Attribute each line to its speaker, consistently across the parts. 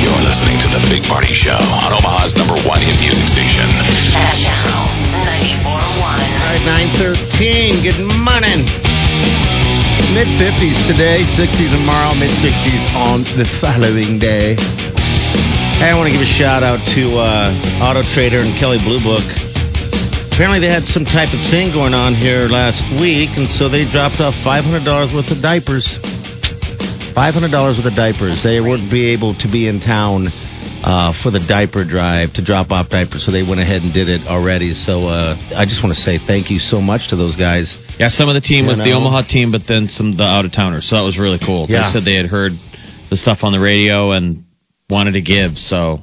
Speaker 1: You're listening to The Big Party Show on Omaha's number one hit music station.
Speaker 2: And now, 94.1.
Speaker 3: All right, 913. Good morning. Mid 50s today, 60s tomorrow, mid 60s on the following day. And I want to give a shout out to uh, Auto Trader and Kelly Blue Book. Apparently, they had some type of thing going on here last week, and so they dropped off $500 worth of diapers. $500 worth of diapers. They wouldn't be able to be in town uh, for the diaper drive to drop off diapers, so they went ahead and did it already. So uh, I just want to say thank you so much to those guys.
Speaker 4: Yeah, some of the team was the
Speaker 3: know?
Speaker 4: Omaha team, but then some of the out of towners. So that was really cool.
Speaker 3: Yeah.
Speaker 4: They said they had heard the stuff on the radio and wanted to give. So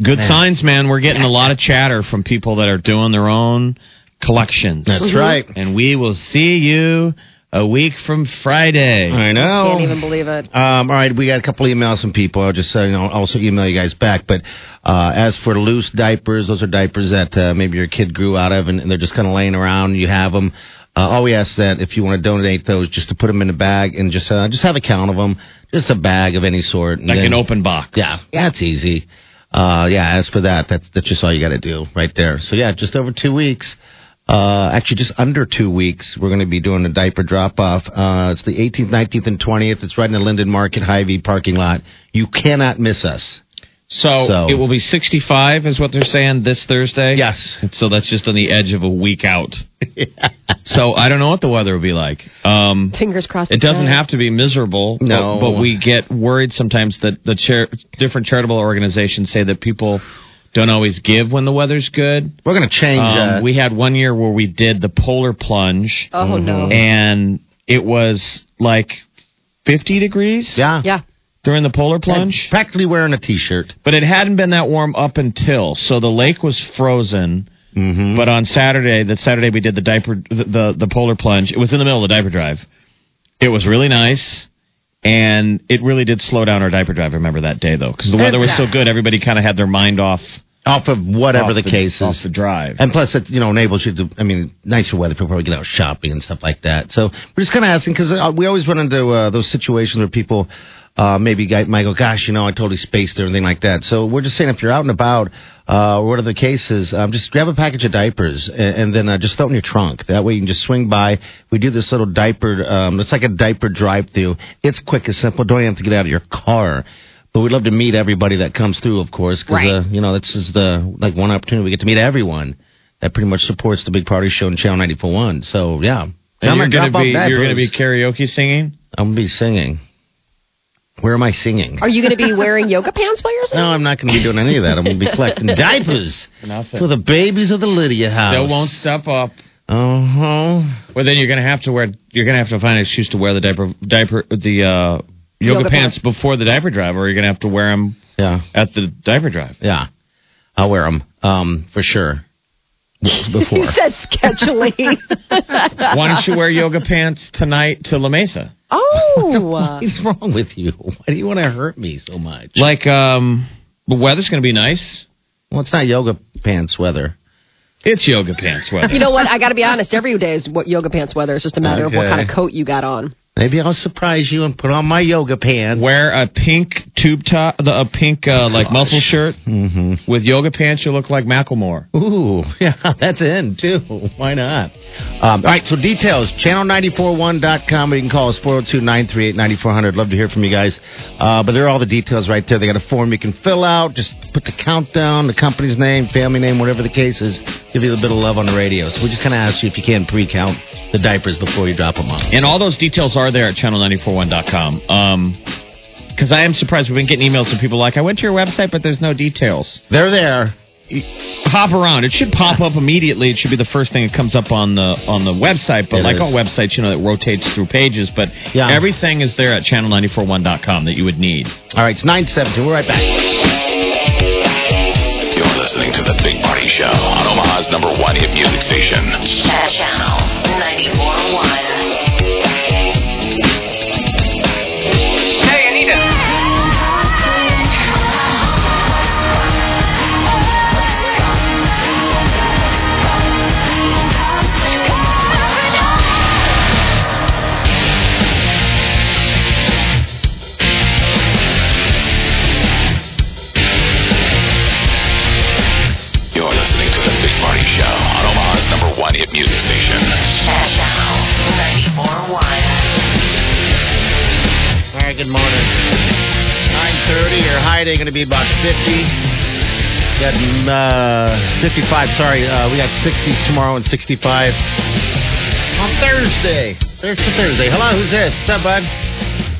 Speaker 4: good signs, man. We're getting a lot of chatter from people that are doing their own collections.
Speaker 5: Mm-hmm.
Speaker 3: That's right.
Speaker 4: And we will see you a week from Friday.
Speaker 3: I know.
Speaker 5: Can't even believe it.
Speaker 3: Um, all right, we got a couple emails from people. I'll just uh, you know, also email you guys back. But uh, as for loose diapers, those are diapers that uh, maybe your kid grew out of and, and they're just kind of laying around. You have them. Uh, all we ask that if you want to donate those, just to put them in a bag and just uh, just have a count of them, just a bag of any sort. and
Speaker 4: Like
Speaker 3: then-
Speaker 4: an open box.
Speaker 3: Yeah, that's easy. Uh, yeah, as for that, that's that's just all you got to do right there. So yeah, just over two weeks. Uh, actually, just under two weeks, we're going to be doing a diaper drop off. Uh, it's the 18th, 19th, and 20th. It's right in the Linden Market Hy-Vee parking lot. You cannot miss us.
Speaker 4: So,
Speaker 3: So-
Speaker 4: it will be 65, is what they're saying this Thursday.
Speaker 3: Yes.
Speaker 4: And so that's just on the edge of a week out. So I don't know what the weather will be like. Um,
Speaker 5: Fingers crossed.
Speaker 4: It
Speaker 5: it's
Speaker 4: doesn't
Speaker 5: not.
Speaker 4: have to be miserable. but-
Speaker 3: No.
Speaker 4: But, we get worried sometimes that the char- different charitable organizations say that people don't always give when the weather's good.
Speaker 3: We're going to change.
Speaker 4: Um,
Speaker 3: uh,
Speaker 4: we had one year where we did the polar plunge,
Speaker 5: Oh no.
Speaker 4: and it was like 50 degrees
Speaker 3: yeah,
Speaker 5: Yeah.
Speaker 4: during the polar plunge.
Speaker 3: Practically wearing a t-shirt.
Speaker 4: But it hadn't been that warm up until. So the lake was frozen.
Speaker 3: Mm-hmm.
Speaker 4: But on Saturday, that Saturday we did the diaper, the, the the polar plunge. It was in the middle of the diaper drive. It was really nice, and it really did slow down our diaper drive. I remember that day though, because the weather was so good, everybody kind of had their mind off
Speaker 3: Off of whatever the,
Speaker 4: off
Speaker 3: case
Speaker 4: off
Speaker 3: is.
Speaker 4: the drive.
Speaker 3: And plus, it you know enables you to. I mean, nicer weather, people probably get out shopping and stuff like that. So we're just kind of asking because we always run into uh, those situations where people uh, maybe guy, might go, "Gosh, you know, I totally spaced everything like that." So we're just saying, if you're out and about, uh, what are the cases? Um, just grab a package of diapers and, and then uh, just throw it in your trunk. That way, you can just swing by. We do this little diaper. Um, it's like a diaper drive-through. It's quick, it's simple. Don't even have to get out of your car. But we'd love to meet everybody that comes through, of course, because
Speaker 5: Right.
Speaker 3: uh, you know this is the like one opportunity we get to meet everyone that pretty much supports the big party show in Channel 94.1. So yeah,
Speaker 4: And
Speaker 3: I'm
Speaker 4: you're
Speaker 3: gonna
Speaker 4: gonna
Speaker 3: drop
Speaker 4: be
Speaker 3: off
Speaker 4: you're gonna be
Speaker 3: diapers.
Speaker 4: karaoke singing.
Speaker 3: I'm gonna be singing. Where am I singing?
Speaker 5: Are you going to be wearing yoga pants by yourself?
Speaker 3: no, I'm not gonna be doing any of that. I'm gonna be collecting diapers
Speaker 4: Nothing.
Speaker 3: for the babies of the Lydia house.
Speaker 4: They won't step up.
Speaker 3: Uh huh.
Speaker 4: Well, then you're gonna have to wear. You're gonna have to find an excuse to wear the diaper diaper the uh, yoga,
Speaker 5: Yoga
Speaker 4: pants before the diaper drive, or you're gonna have to wear them
Speaker 3: Yeah,
Speaker 4: at the diaper drive.
Speaker 3: yeah. I'll wear them um, for sure. Before.
Speaker 5: That's scheduling.
Speaker 4: Why don't you wear yoga pants tonight to La Mesa?
Speaker 5: oh. uh,
Speaker 3: What's wrong with you? Why do you want to hurt me so much?
Speaker 4: Like, um, the weather's going to be nice.
Speaker 3: Well, it's not yoga pants weather.
Speaker 4: It's yoga pants weather.
Speaker 5: You know what? I got to be honest. Every day is what yoga pants weather. It's just a matter of what
Speaker 3: Okay.
Speaker 5: kind of coat you got on.
Speaker 3: Maybe I'll surprise you and put on my yoga pants.
Speaker 4: wear a pink tube top, the, a pink uh, like muscle shirt with yoga pants. You look like Macklemore.
Speaker 3: Mm-hmm. Ooh, yeah, that's in too. Why not? Um, all right, so details channel941.com. You can call us 402 938 9400. Love to hear from you guys. Uh, but there are all the details right there. They got a form you can fill out. Just put the countdown, the company's name, family name, whatever the case is. Give you a bit of love on the radio. So we just kind of ask you if you can pre count the diapers before you drop them off.
Speaker 4: And all those details are there at channel941.com. Um, because I am surprised we've been getting emails from people like, I went to your website, but there's no details.
Speaker 3: They're there.
Speaker 4: Hop around. It should pop up immediately. It should be the first thing that comes up on the on the website. But
Speaker 3: It
Speaker 4: like
Speaker 3: is.
Speaker 4: all websites, you know, it rotates through pages. But
Speaker 3: Yeah.
Speaker 4: everything is there at channel941.com that you would need.
Speaker 3: All right, it's 970. We're right back.
Speaker 1: listening to The Big Party Show on Omaha's number one hit music station.
Speaker 2: Cat Channel 94.1.
Speaker 6: Hey, Anita.
Speaker 1: You're listening to The Big Party Show on Omaha's number one hit music station.
Speaker 2: Cat Channel 94.1.
Speaker 3: All right, good morning. 9.30, your high day going to be about 50. Got uh, 55, sorry. Uh, we got 60s tomorrow and 65 on Thursday. Thursday, Thursday. Hello, who's this? What's up, bud?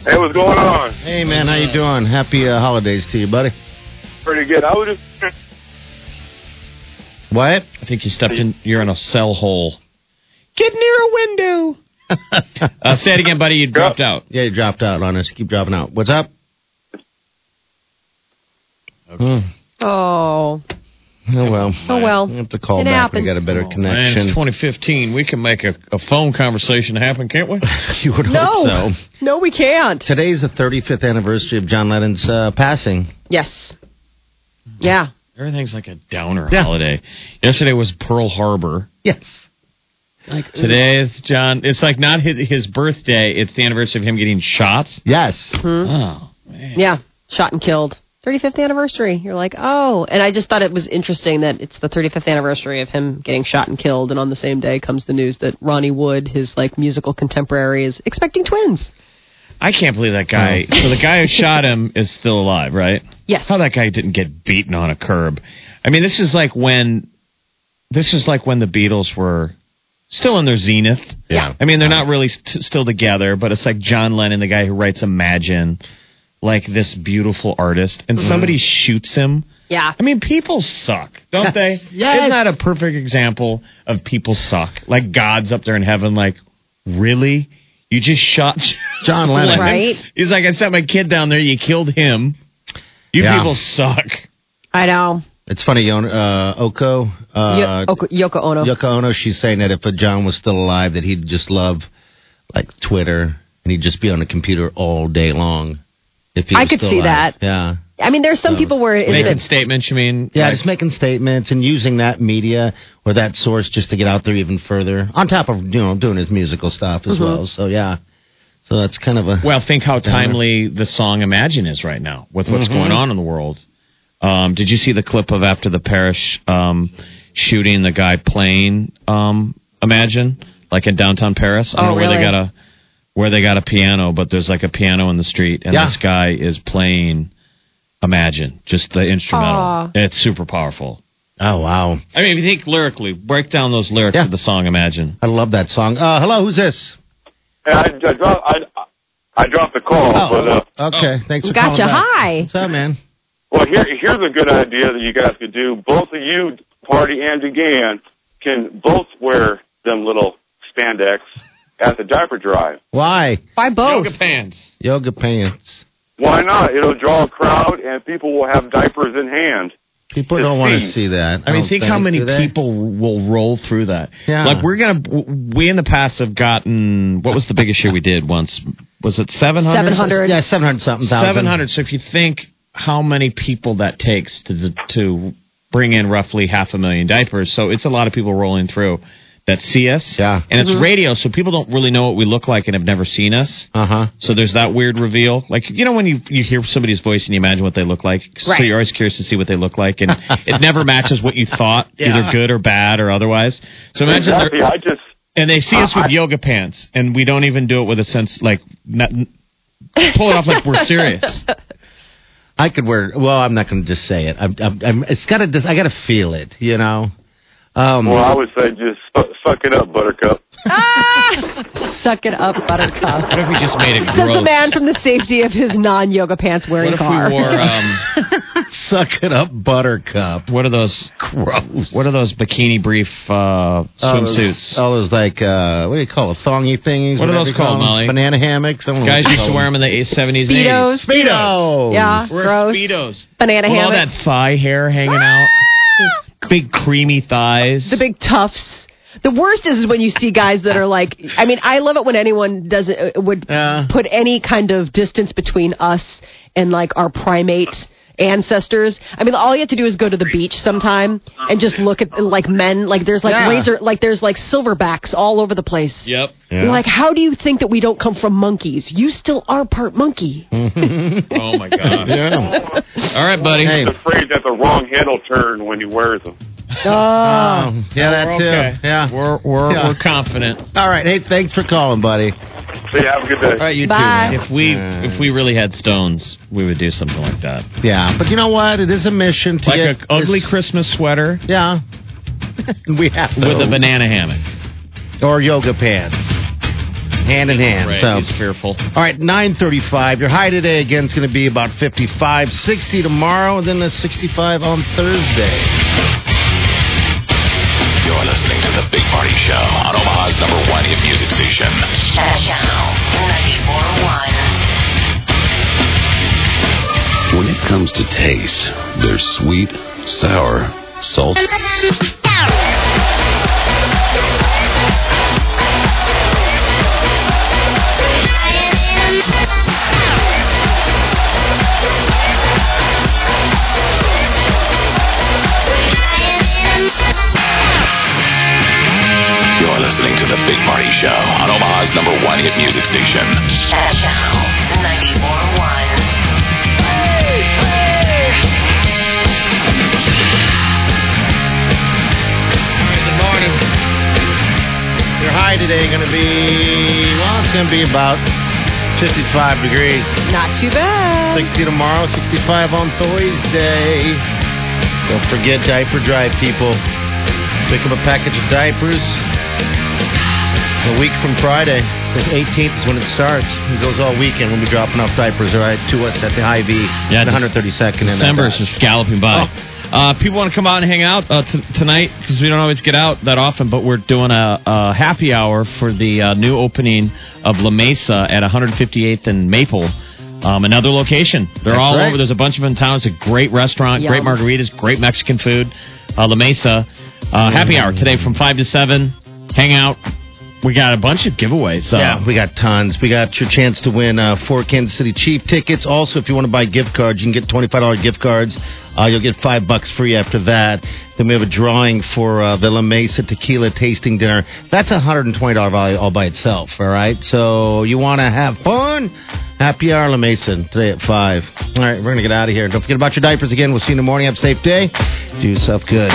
Speaker 7: Hey, what's going on?
Speaker 3: Hey, man, how you doing? Happy uh, holidays to you, buddy.
Speaker 7: Pretty good. I was just
Speaker 3: What?
Speaker 4: I think you stepped in. You're in a cell hole. Get near a window. uh, say it again, buddy. You dropped out.
Speaker 3: Yeah, you dropped out on us. Keep dropping out. What's up? Hmm.
Speaker 5: Oh,
Speaker 3: Oh, well.
Speaker 5: oh
Speaker 3: We
Speaker 5: well.
Speaker 3: have to call
Speaker 5: It
Speaker 3: back and
Speaker 5: happens.
Speaker 3: get a better
Speaker 4: Man,
Speaker 3: connection.
Speaker 4: it's 2015. We can make a, a phone conversation happen, can't we?
Speaker 3: you would
Speaker 5: No,
Speaker 3: hope so.
Speaker 5: no, we can't.
Speaker 3: Today's the 35th anniversary of John Lennon's uh, passing.
Speaker 5: Yes. Yeah.
Speaker 4: Everything's like a downer
Speaker 3: Yeah.
Speaker 4: holiday. Yesterday was Pearl Harbor.
Speaker 3: Yes.
Speaker 5: Like
Speaker 4: Today is John. It's like not his, his birthday. It's the anniversary of him getting shot.
Speaker 3: Yes.
Speaker 5: Hmm.
Speaker 4: Oh,
Speaker 5: Yeah, shot and killed. 35th anniversary. You're like, oh. And I just thought it was interesting that it's the 35th anniversary of him getting shot and killed, and on the same day comes the news that Ronnie Wood, his like musical contemporary, is expecting twins.
Speaker 4: I can't believe that guy.
Speaker 3: Oh.
Speaker 4: So the guy who shot him is still alive, right?
Speaker 5: Yes.
Speaker 4: How that guy didn't get beaten on a curb. I mean, this is like when, this is like when the Beatles were still in their zenith.
Speaker 3: Yeah.
Speaker 4: I mean, they're not really st- still together, but it's like John Lennon, the guy who writes Imagine, like this beautiful artist, and
Speaker 3: Hmm.
Speaker 4: somebody shoots him.
Speaker 5: Yeah.
Speaker 4: I mean, people suck, don't they?
Speaker 3: Yes.
Speaker 4: Isn't that a perfect example of people suck? Like God's up there in heaven, like, really? You just shot
Speaker 3: John Lennon.
Speaker 5: Right?
Speaker 4: He's like, I sent my kid down there. You killed him. You
Speaker 3: Yeah.
Speaker 4: people suck.
Speaker 5: I know.
Speaker 3: It's funny, Yon- uh, Oko, uh,
Speaker 5: Yo- Oko- Yoko Ono.
Speaker 3: Yoko Ono, she's saying that if uh, John was still alive, that he'd just love like Twitter and he'd just be on the computer all day long. If he
Speaker 5: I
Speaker 3: was
Speaker 5: could
Speaker 3: still
Speaker 5: see
Speaker 3: alive.
Speaker 5: that.
Speaker 3: Yeah.
Speaker 5: I mean, there's some people where it's
Speaker 4: Making
Speaker 5: a-
Speaker 4: statements, you mean?
Speaker 3: Yeah,
Speaker 4: Like,
Speaker 3: just making statements and using that media or that source just to get out there even further. On top of you know doing his musical stuff
Speaker 5: Mm-hmm.
Speaker 3: as well. So yeah, so that's kind of a
Speaker 4: well, think how timely the song Imagine is right now with
Speaker 5: Mm-hmm.
Speaker 4: what's going on in the world. Um, did you see the clip of after the parish um, shooting the guy playing um, Imagine, like in downtown Paris? I don't
Speaker 5: Oh,
Speaker 4: know where they
Speaker 5: really?
Speaker 4: got a where they got a piano, but there's like a piano in the street, and
Speaker 3: Yeah.
Speaker 4: this guy is playing Imagine, just the instrumental.
Speaker 5: Aw.
Speaker 4: And it's super powerful.
Speaker 3: oh wow,
Speaker 4: I mean, if you think lyrically, break down those lyrics
Speaker 3: Yeah.
Speaker 4: of the song Imagine.
Speaker 3: I love that song. Uh, hello, who's this?
Speaker 7: hey, I, I dropped I, I dropped the call,
Speaker 3: Oh,
Speaker 7: but uh,
Speaker 3: okay, thanks for calling
Speaker 5: Gotcha.
Speaker 3: back.
Speaker 5: Hi.
Speaker 3: What's up, man?
Speaker 7: well, here here's a good idea that you guys could do. Both of you, Party and DeGan, can both wear them little spandex at the diaper drive.
Speaker 3: Why
Speaker 5: By both.
Speaker 4: Yoga pants.
Speaker 3: yoga pants?
Speaker 7: Why not? It'll draw a crowd, and people will have diapers in hand.
Speaker 3: People
Speaker 7: To
Speaker 3: don't want to
Speaker 7: see.
Speaker 3: see that.
Speaker 4: I mean,
Speaker 3: don't
Speaker 4: think, how many
Speaker 3: do they?
Speaker 4: people will roll through that.
Speaker 3: Yeah.
Speaker 4: Like we're gonna, w- we in the past have gotten what was the biggest year we did once? Was it seven hundred?
Speaker 5: 700.
Speaker 3: Yeah, seven hundred something thousand.
Speaker 4: Seven hundred. So if you think how many people that takes to to bring in roughly half a million diapers, so it's a lot of people rolling through that see us.
Speaker 3: Yeah. Mm-hmm.
Speaker 4: And it's radio, so people don't really know what we look like and have never seen us.
Speaker 3: Uh huh.
Speaker 4: So there's that weird reveal. Like you know when you you hear somebody's voice and you imagine what they look like. So
Speaker 5: Right.
Speaker 4: you're always curious to see what they look like and it never matches what you thought, either good or bad or otherwise. So imagine they're
Speaker 7: Exactly. I just
Speaker 4: and they see us with yoga pants and we don't even do it with a sense like not, pull it off like we're serious.
Speaker 3: I could wear. Well, I'm not going to just say it. I'm. I'm, I'm it's got to. I got to feel it. You know. Um,
Speaker 7: well, I would say just su- suck it up, Buttercup.
Speaker 5: Suck it up, buttercup.
Speaker 4: What if we just made it
Speaker 5: Says the
Speaker 4: gross?
Speaker 5: man from the safety of his non-yoga pants
Speaker 4: What
Speaker 5: wearing
Speaker 4: if
Speaker 5: car.
Speaker 4: we wore um
Speaker 3: suck it up, Buttercup.
Speaker 4: what are those
Speaker 3: Gross.
Speaker 4: what are those bikini brief uh
Speaker 5: Oh,
Speaker 3: All those-
Speaker 4: swimsuits?
Speaker 3: All those like uh, what do you call it? Thongy thingies.
Speaker 4: What are
Speaker 3: whatever
Speaker 4: those
Speaker 3: you call
Speaker 4: called,
Speaker 3: them.
Speaker 4: Molly?
Speaker 3: Banana hammocks. I don't know
Speaker 4: Guys
Speaker 3: what you
Speaker 4: used to
Speaker 3: call
Speaker 4: wear them in the 80s, 70s, 80s.
Speaker 5: oh. Speedos.
Speaker 3: Speedos.
Speaker 5: Yeah,
Speaker 4: We're
Speaker 5: gross.
Speaker 4: speedos.
Speaker 5: Banana
Speaker 4: With all
Speaker 5: hammock.
Speaker 4: that thigh hair hanging out. big creamy thighs.
Speaker 5: the big toughs. The worst is when you see guys that are like, I mean, I love it when anyone doesn't uh, would
Speaker 4: Yeah.
Speaker 5: put any kind of distance between us and like our primate ancestors. I mean, all you have to do is go to the beach sometime and just look at like men, like there's like
Speaker 3: Yeah.
Speaker 5: razor, like there's like silverbacks all over the place.
Speaker 4: Yep.
Speaker 5: You're like, how do you think that we don't come from monkeys? You still are part monkey.
Speaker 4: Oh my god.
Speaker 3: Yeah.
Speaker 4: All right, buddy.
Speaker 3: Hey.
Speaker 7: I'm afraid that the wrong head will turn when he wears them.
Speaker 5: Ah.
Speaker 3: Um, yeah, that
Speaker 4: We're
Speaker 3: too.
Speaker 4: okay.
Speaker 3: Yeah.
Speaker 4: We're we're,
Speaker 3: Yeah.
Speaker 4: we're confident.
Speaker 3: All right. Hey, thanks for calling, buddy.
Speaker 7: So yeah, have a good day.
Speaker 3: All right, you too.
Speaker 5: Bye.
Speaker 3: man.
Speaker 4: If we if we really had stones, we would do something like that.
Speaker 3: Yeah, but you know what? It is a mission to
Speaker 4: Like
Speaker 3: get
Speaker 4: a ugly
Speaker 3: this-
Speaker 4: Christmas sweater
Speaker 3: Yeah. we have
Speaker 4: with a
Speaker 3: those.
Speaker 4: banana hammock.
Speaker 3: or yoga pants, hand in hand.
Speaker 4: Right.
Speaker 3: So.
Speaker 4: He's fearful.
Speaker 3: All right, 935. Your high today again is going to be about 55, 60 tomorrow, and then a 65 on Thursday.
Speaker 1: You're listening to The Big Party Show on Omaha's number one hit music station.
Speaker 2: Cash Out 941.
Speaker 8: When it comes to taste, there's sweet, sour, salt.
Speaker 1: You're listening to The Big Party Show on Omaha's number one hit music station.
Speaker 2: Cash Out 941.
Speaker 3: Good morning. Your high today going to be, well, it's going to be about 55 degrees.
Speaker 5: Not too bad.
Speaker 3: 60 tomorrow, 65 on Thursday. Don't forget diaper drive, people. Pick up a package of diapers. A week from Friday, the 18th is when it starts. It goes all weekend. We'll be dropping off diapers, all right, to us at the High V,
Speaker 4: Yeah,
Speaker 3: yeah,
Speaker 4: just-
Speaker 3: 132nd. and
Speaker 4: December
Speaker 3: that. Oh.
Speaker 4: is just galloping by. Uh, people want to come out and hang out uh, t- tonight because we don't always get out that often, but we're doing a, a happy hour for the uh, new opening of La Mesa at 158th and Maple. Um, another location. They're
Speaker 3: That's
Speaker 4: all
Speaker 3: right.
Speaker 4: over. There's a bunch of them in town. It's a great restaurant, great
Speaker 5: Yum.
Speaker 4: margaritas, great Mexican food. Uh, La Mesa. Uh, happy hour today from 5 to 7. Hang out. We got a bunch of giveaways. uh, So.
Speaker 3: Yeah, we got tons. We got your chance to win uh, four Kansas City Chief tickets. Also, if you want to buy gift cards, you can get twenty five dollar gift cards. Uh, you'll get five bucks free after that. Then we have a drawing for uh, the La Mesa Tequila Tasting Dinner. That's a hundred and twenty dollar value all by itself. All right, so you want to have fun? Happy hour, La Mesa today at five. All right, we're gonna get out of here. Don't forget about your diapers again. We'll see you in the morning. Have a safe day. Do yourself good.